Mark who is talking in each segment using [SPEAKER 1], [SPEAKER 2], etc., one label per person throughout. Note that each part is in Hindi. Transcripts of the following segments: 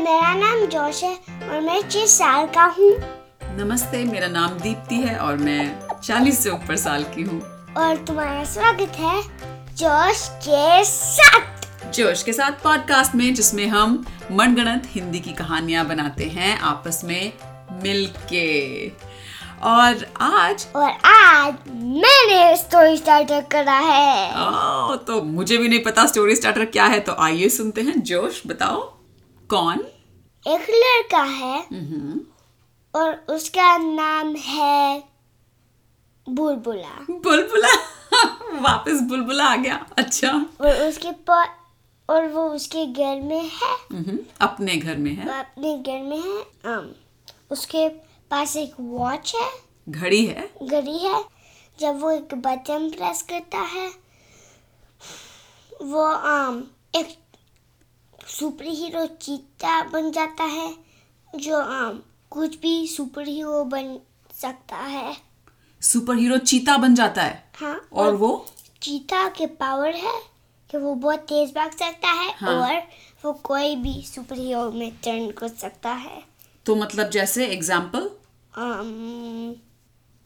[SPEAKER 1] नाम जोश है और मैं छह साल का हूँ
[SPEAKER 2] नमस्ते मेरा नाम दीप्ति है और मैं 40 से ऊपर साल की हूँ
[SPEAKER 1] और तुम्हारा स्वागत है जोश के साथ
[SPEAKER 2] जोश के साथ पॉडकास्ट में जिसमें हम मनगणत हिंदी की कहानियाँ बनाते हैं आपस में मिलके और आज
[SPEAKER 1] और आज मैंने स्टोरी स्टार्टर करा है
[SPEAKER 2] ओ, तो मुझे भी नहीं पता स्टोरी स्टार्टर क्या है तो आइए सुनते हैं जोश बताओ कौन
[SPEAKER 1] एक लड़का है और उसका नाम है बुलबुला
[SPEAKER 2] बुलबुला वापस बुलबुला आ गया अच्छा
[SPEAKER 1] और उसके पा और वो उसके घर में है
[SPEAKER 2] मम्हम, हम्म, अपने घर में है
[SPEAKER 1] वो अपने घर में है आम उसके पास एक वॉच है
[SPEAKER 2] घड़ी है
[SPEAKER 1] घड़ी है जब वो एक बटन प्रेस करता है वो आम एक सुपर हीरो चीता बन जाता है जो आम कुछ भी सुपर हीरो बन सकता है
[SPEAKER 2] सुपर हीरो चीता बन जाता है
[SPEAKER 1] हाँ
[SPEAKER 2] और वो
[SPEAKER 1] चीता के पावर है कि वो बहुत तेज भाग सकता है
[SPEAKER 2] हाँ।
[SPEAKER 1] और वो कोई भी सुपर हीरो में टर्न कर सकता है
[SPEAKER 2] तो मतलब जैसे example
[SPEAKER 1] um,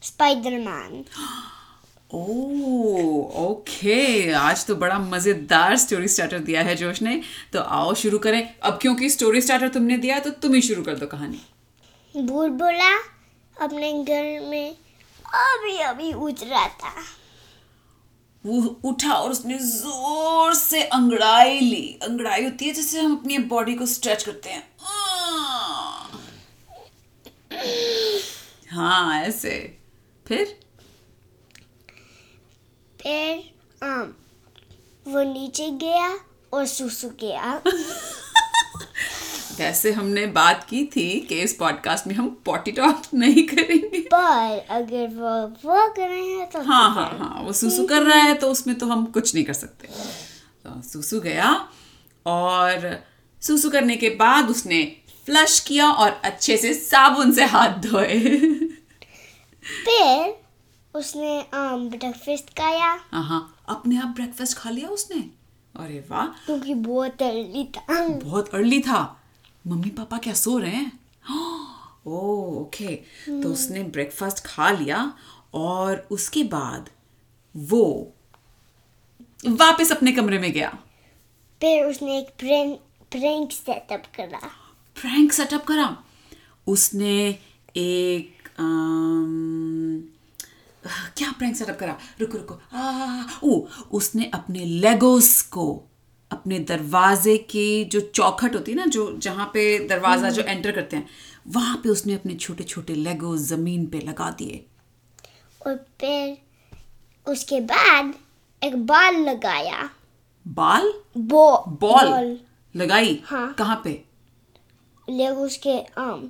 [SPEAKER 1] Spiderman
[SPEAKER 2] oh okay आज तो बड़ा मजेदार स्टोरी स्टार्टर दिया है जोश ने तो आओ शुरू करें अब क्योंकि स्टोरी स्टार्टर तुमने दिया है, तो तुम ही शुरू कर दो कहानी
[SPEAKER 1] बुलबुला अपने घर में अभी अभी उतरा था
[SPEAKER 2] वो उठा और उसने जोर से अंगड़ाई ली अंगड़ाई होती है जिससे हम अपनी बॉडी को स्ट्रेच करते हैं आह! हाँ ऐसे फिर
[SPEAKER 1] फिर आम वो नीचे गया और सुसु गया
[SPEAKER 2] वैसे हमने बात की थी कि इस पॉडकास्ट में हम पॉटी टॉक नहीं करेंगे
[SPEAKER 1] पर अगर वो वो कर रहे हैं तो
[SPEAKER 2] हाँ हाँ हाँ वो सुसु कर रहा है तो उसमें तो हम कुछ नहीं कर सकते तो सुसु गया और सुसु करने के बाद उसने फ्लश किया और अच्छे से साबुन से हाथ धोए
[SPEAKER 1] फिर उसने आम ब्रेकफास्ट खाया
[SPEAKER 2] हाँ हाँ अपने आप ब्रेकफास्ट खा लिया उसने अरे वाह
[SPEAKER 1] क्योंकि बहुत अर्ली था
[SPEAKER 2] बहुत अर्ली था मम्मी पापा क्या सो रहे हैं हाँ, ओह ओके तो उसने ब्रेकफास्ट खा लिया और उसके बाद वो वापस अपने कमरे में गया
[SPEAKER 1] फिर उसने एक प्रैंक प्रैंक सेटअप करा
[SPEAKER 2] प्रैंक सेटअप करा उसने एक अम, क्या प्रैंक सेटअप करा रुको रुको आ, ओ उसने अपने लेगोस को अपने दरवाजे की जो चौखट होती है ना जो जहाँ पे दरवाजा जो एंटर करते हैं वहाँ पे उसने अपने छोटे छोटे लेगो जमीन पे लगा दिए
[SPEAKER 1] और फिर उसके बाद एक बॉल लगाया
[SPEAKER 2] बाल
[SPEAKER 1] बॉ
[SPEAKER 2] बॉल लगाई
[SPEAKER 1] हाँ।
[SPEAKER 2] कहाँ पे
[SPEAKER 1] लेगोस के um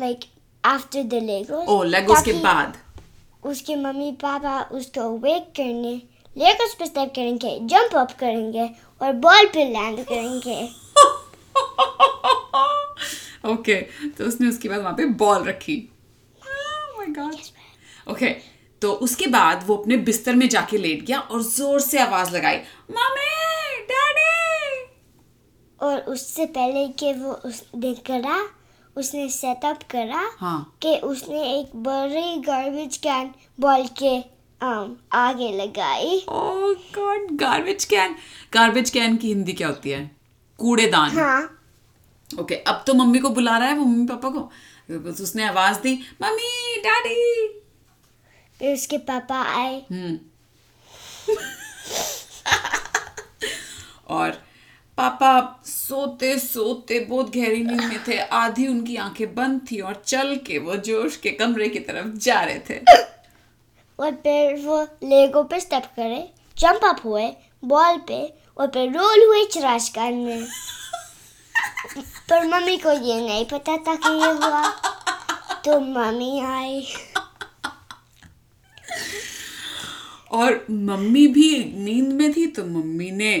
[SPEAKER 1] like after the Legos
[SPEAKER 2] O Legos के बाद
[SPEAKER 1] उसके मम्मी पापा उसको वेक करने लेगोस पे स्टेप करेंगे जंप अप करेंगे और बॉल पे लैंड करेंगे
[SPEAKER 2] ओके तो उसने उसके बाद वहां पे बॉल रखी Oh ओके तो उसके बाद वो अपने बिस्तर में जाके लेट गया और जोर से आवाज लगाई मम्मी डैडी
[SPEAKER 1] और उससे पहले कि वो उसने करा उसने सेटअप करा
[SPEAKER 2] हाँ
[SPEAKER 1] कि उसने एक बड़ी गार्बेज कैन बॉल के um, आगे लगाई
[SPEAKER 2] oh God garbage can garbage can की हिंदी क्या होती है कूड़ेदान
[SPEAKER 1] हाँ
[SPEAKER 2] ओके अब तो मम्मी को बुला रहा है वो मम्मी पापा को तो उसने आवाज दी मम्मी डैडी
[SPEAKER 1] फिर उसके पापा आए
[SPEAKER 2] Hmm. और पापा सोते सोते बहुत गहरी नींद में थे आधी उनकी आंखें बंद थी और चल के वो जोश के कमरे की तरफ जा रहे थे
[SPEAKER 1] और फिर वो लेगो पे स्टेप करे जंप अप हुए बॉल पे और फिर रोल हुए चराश कान में पर मम्मी को ये नहीं पता था कि ये हुआ तो मम्मी आई
[SPEAKER 2] और मम्मी भी नींद में थी तो मम्मी ने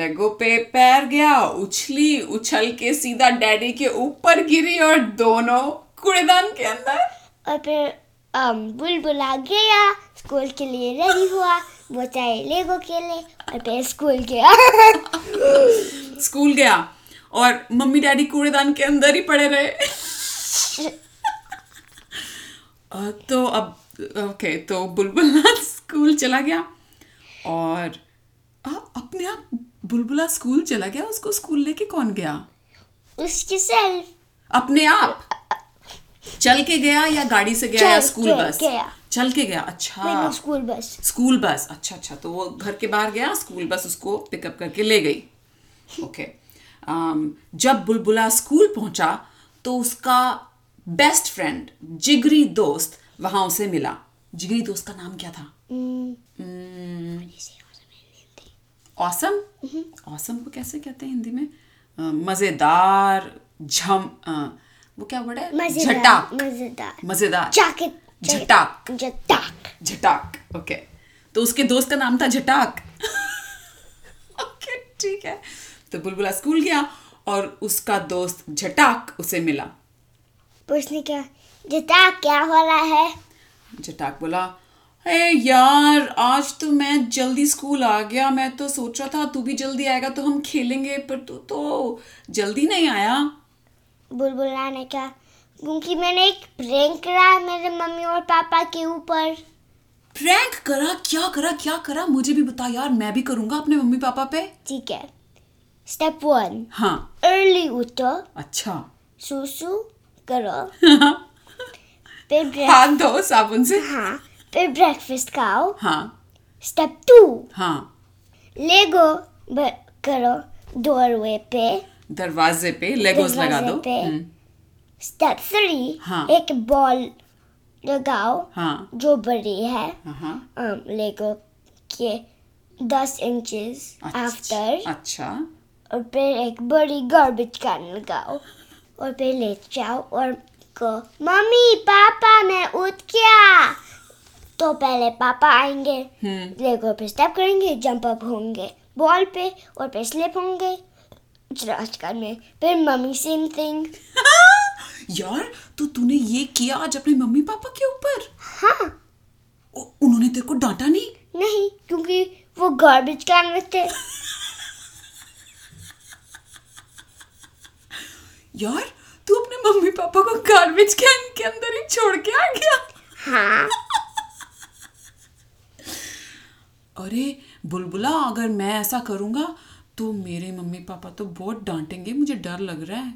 [SPEAKER 2] लेगो पे पैर गया उछली उछल के सीधा डैडी के ऊपर गिरी और दोनों कूड़ेदान के अंदर
[SPEAKER 1] और फिर अम, बुलबुला गया स्कूल के लिए रेडी हुआ वो चाहे लेगो खेले और फिर स्कूल गया
[SPEAKER 2] स्कूल गया और मम्मी डैडी कूड़ेदान के अंदर ही पड़े रहे अ, तो अब ओके तो बुलबुला स्कूल चला गया और अ, अपने आप बुलबुला स्कूल चला गया उसको स्कूल लेके कौन गया
[SPEAKER 1] उसकी सेल्फ
[SPEAKER 2] अपने आप चल के गया या गाड़ी से गया या
[SPEAKER 1] चल
[SPEAKER 2] स्कूल
[SPEAKER 1] के
[SPEAKER 2] बस
[SPEAKER 1] गया।
[SPEAKER 2] चल के गया अच्छा
[SPEAKER 1] मैंने स्कूल बस
[SPEAKER 2] स्कूल बस अच्छा अच्छा तो वो घर के बाहर गया स्कूल बस उसको पिकअप करके ले गई ओके अम, जब बुलबुला स्कूल पहुंचा तो उसका बेस्ट फ्रेंड जिगरी दोस्त वहां उसे मिला जिगरी दोस्त का नाम क्या था
[SPEAKER 1] हम्म।
[SPEAKER 2] औसम औसम को कैसे कहते हैं हिंदी में अ, मजेदार झम अ, वो क्या वर्ड है झटा
[SPEAKER 1] मजेदार मजेदार
[SPEAKER 2] मजेदार
[SPEAKER 1] जाके
[SPEAKER 2] झटाक
[SPEAKER 1] झटाक
[SPEAKER 2] झटाक ओके तो उसके दोस्त का नाम था झटाक ओके ठीक है तो बुलबुला स्कूल गया और उसका दोस्त झटाक उसे मिला
[SPEAKER 1] उसने क्या झटाक क्या हो रहा है
[SPEAKER 2] झटाक बोला हे यार आज तो मैं जल्दी स्कूल आ गया मैं तो सोच रहा था तू भी जल्दी आएगा तो हम खेलेंगे पर तू तो जल्दी नहीं आया
[SPEAKER 1] बुलबुला ने क्या क्योंकि मैंने एक प्रैंक करा है मेरे मम्मी और पापा के ऊपर
[SPEAKER 2] प्रैंक करा क्या करा क्या करा मुझे भी बता यार मैं भी करूंगा अपने मम्मी पापा पे
[SPEAKER 1] ठीक है स्टेप वन
[SPEAKER 2] हाँ
[SPEAKER 1] अर्ली उठो
[SPEAKER 2] अच्छा
[SPEAKER 1] सुसु करो
[SPEAKER 2] हाथ
[SPEAKER 1] फिर ब्रेक
[SPEAKER 2] धो साबुन से
[SPEAKER 1] हाँ फिर ब्रेकफास्ट खाओ
[SPEAKER 2] हाँ
[SPEAKER 1] स्टेप टू
[SPEAKER 2] हाँ
[SPEAKER 1] लेगो ब- करो डोरवे पे
[SPEAKER 2] दरवाजे पे लेगोज
[SPEAKER 1] दरवाजे
[SPEAKER 2] लगा दो
[SPEAKER 1] पे।
[SPEAKER 2] हम्म,
[SPEAKER 1] स्टेप थ्री
[SPEAKER 2] हाँ।
[SPEAKER 1] एक बॉल लगाओ
[SPEAKER 2] हाँ
[SPEAKER 1] जो बड़ी है
[SPEAKER 2] हाँ
[SPEAKER 1] um, Lego के 10 इंचेस आफ्टर
[SPEAKER 2] अच्छा
[SPEAKER 1] और फिर एक बड़ी गार्बेज कैन लगाओ और फिर ले जाओ और को मम्मी पापा मैं उठ गया तो पहले पापा आएंगे
[SPEAKER 2] हम्म
[SPEAKER 1] लेगो पे स्टेप करेंगे जंप अप होंगे बॉल पे और फिर स्लिप होंगे ट्रस्ट कर में फिर मम्मी सेम थिंग
[SPEAKER 2] यार तो तूने ये किया आज अपने मम्मी पापा के ऊपर
[SPEAKER 1] हाँ
[SPEAKER 2] उ- उन्होंने तेरे को डांटा नहीं
[SPEAKER 1] नहीं क्योंकि वो गार्बेज कैन में थे
[SPEAKER 2] यार तू अपने मम्मी पापा को गार्बेज कैन के अंदर ही छोड़ के आ गया
[SPEAKER 1] हाँ
[SPEAKER 2] अरे बुलबुला अगर मैं ऐसा करूंगा तो मेरे मम्मी पापा तो बहुत डांटेंगे मुझे डर लग रहा है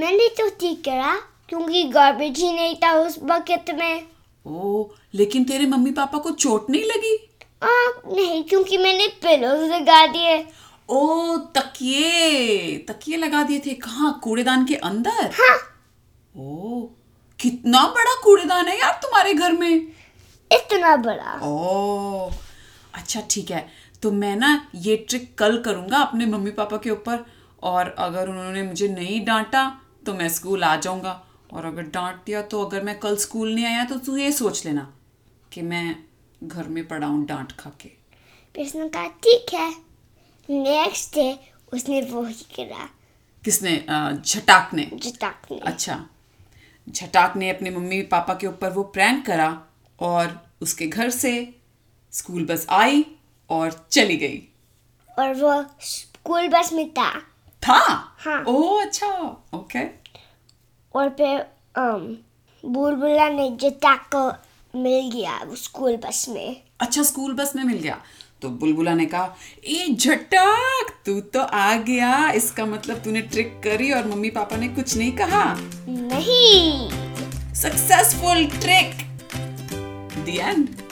[SPEAKER 1] मैंने तो ठीक करा क्योंकि गार्बेज ही नहीं था उस बकेट में
[SPEAKER 2] ओ लेकिन तेरे मम्मी पापा को चोट नहीं लगी
[SPEAKER 1] आ, नहीं क्योंकि मैंने पिलोज लगा दिए
[SPEAKER 2] ओ तकिए तकिए लगा दिए थे कहाँ कूड़ेदान के अंदर
[SPEAKER 1] हाँ
[SPEAKER 2] ओ कितना बड़ा कूड़ेदान है यार तुम्हारे घर में
[SPEAKER 1] इतना बड़ा
[SPEAKER 2] ओ अच्छा ठीक है तो मैं ना ये ट्रिक कल करूंगा अपने मम्मी पापा के ऊपर और अगर उन्होंने मुझे नहीं डांटा तो मैं स्कूल आ जाऊंगा और अगर डांट दिया तो अगर मैं कल स्कूल नहीं आया तो तू ये सोच लेना कि मैं घर में पड़ा हूं डांट खा के
[SPEAKER 1] फिर उसने कहा ठीक है नेक्स्ट डे उसने वो ही करा
[SPEAKER 2] किसने अ, झटाक ने
[SPEAKER 1] जटाक ने
[SPEAKER 2] अच्छा झटाक ने अपने मम्मी पापा के ऊपर वो प्रैंक करा और उसके घर से स्कूल बस आई और चली गई
[SPEAKER 1] और वो स्कूल बस में था
[SPEAKER 2] था
[SPEAKER 1] हाँ।
[SPEAKER 2] ओह अच्छा ओके
[SPEAKER 1] और फिर अम, बुलबुला ने जटाक को मिल गया स्कूल बस में
[SPEAKER 2] अच्छा स्कूल बस में मिल गया तो बुलबुला ने कहा ए झटाक तू तो आ गया इसका मतलब तूने ट्रिक करी और मम्मी पापा ने कुछ नहीं कहा
[SPEAKER 1] नहीं
[SPEAKER 2] successful trick the end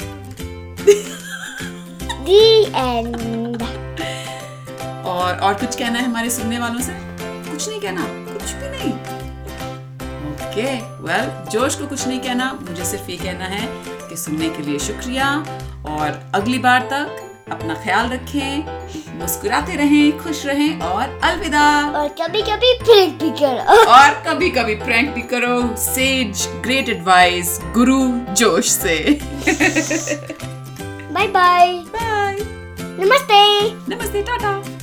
[SPEAKER 1] the end
[SPEAKER 2] और और कुछ कहना है हमारे सुनने वालों से कुछ नहीं कहना कुछ भी नहीं ओके वेल जोश को कुछ नहीं कहना मुझे सिर्फ ये कहना है कि सुनने के लिए शुक्रिया और अगली बार तक अपना ख्याल रखें मुस्कुराते रहें खुश रहें और अलविदा
[SPEAKER 1] और कभी कभी फिर भी करो
[SPEAKER 2] और कभी कभी प्रैंक भी करो says great advice guru Josh से
[SPEAKER 1] बाय बाय
[SPEAKER 2] बाय
[SPEAKER 1] नमस्ते
[SPEAKER 2] नमस्ते टाटा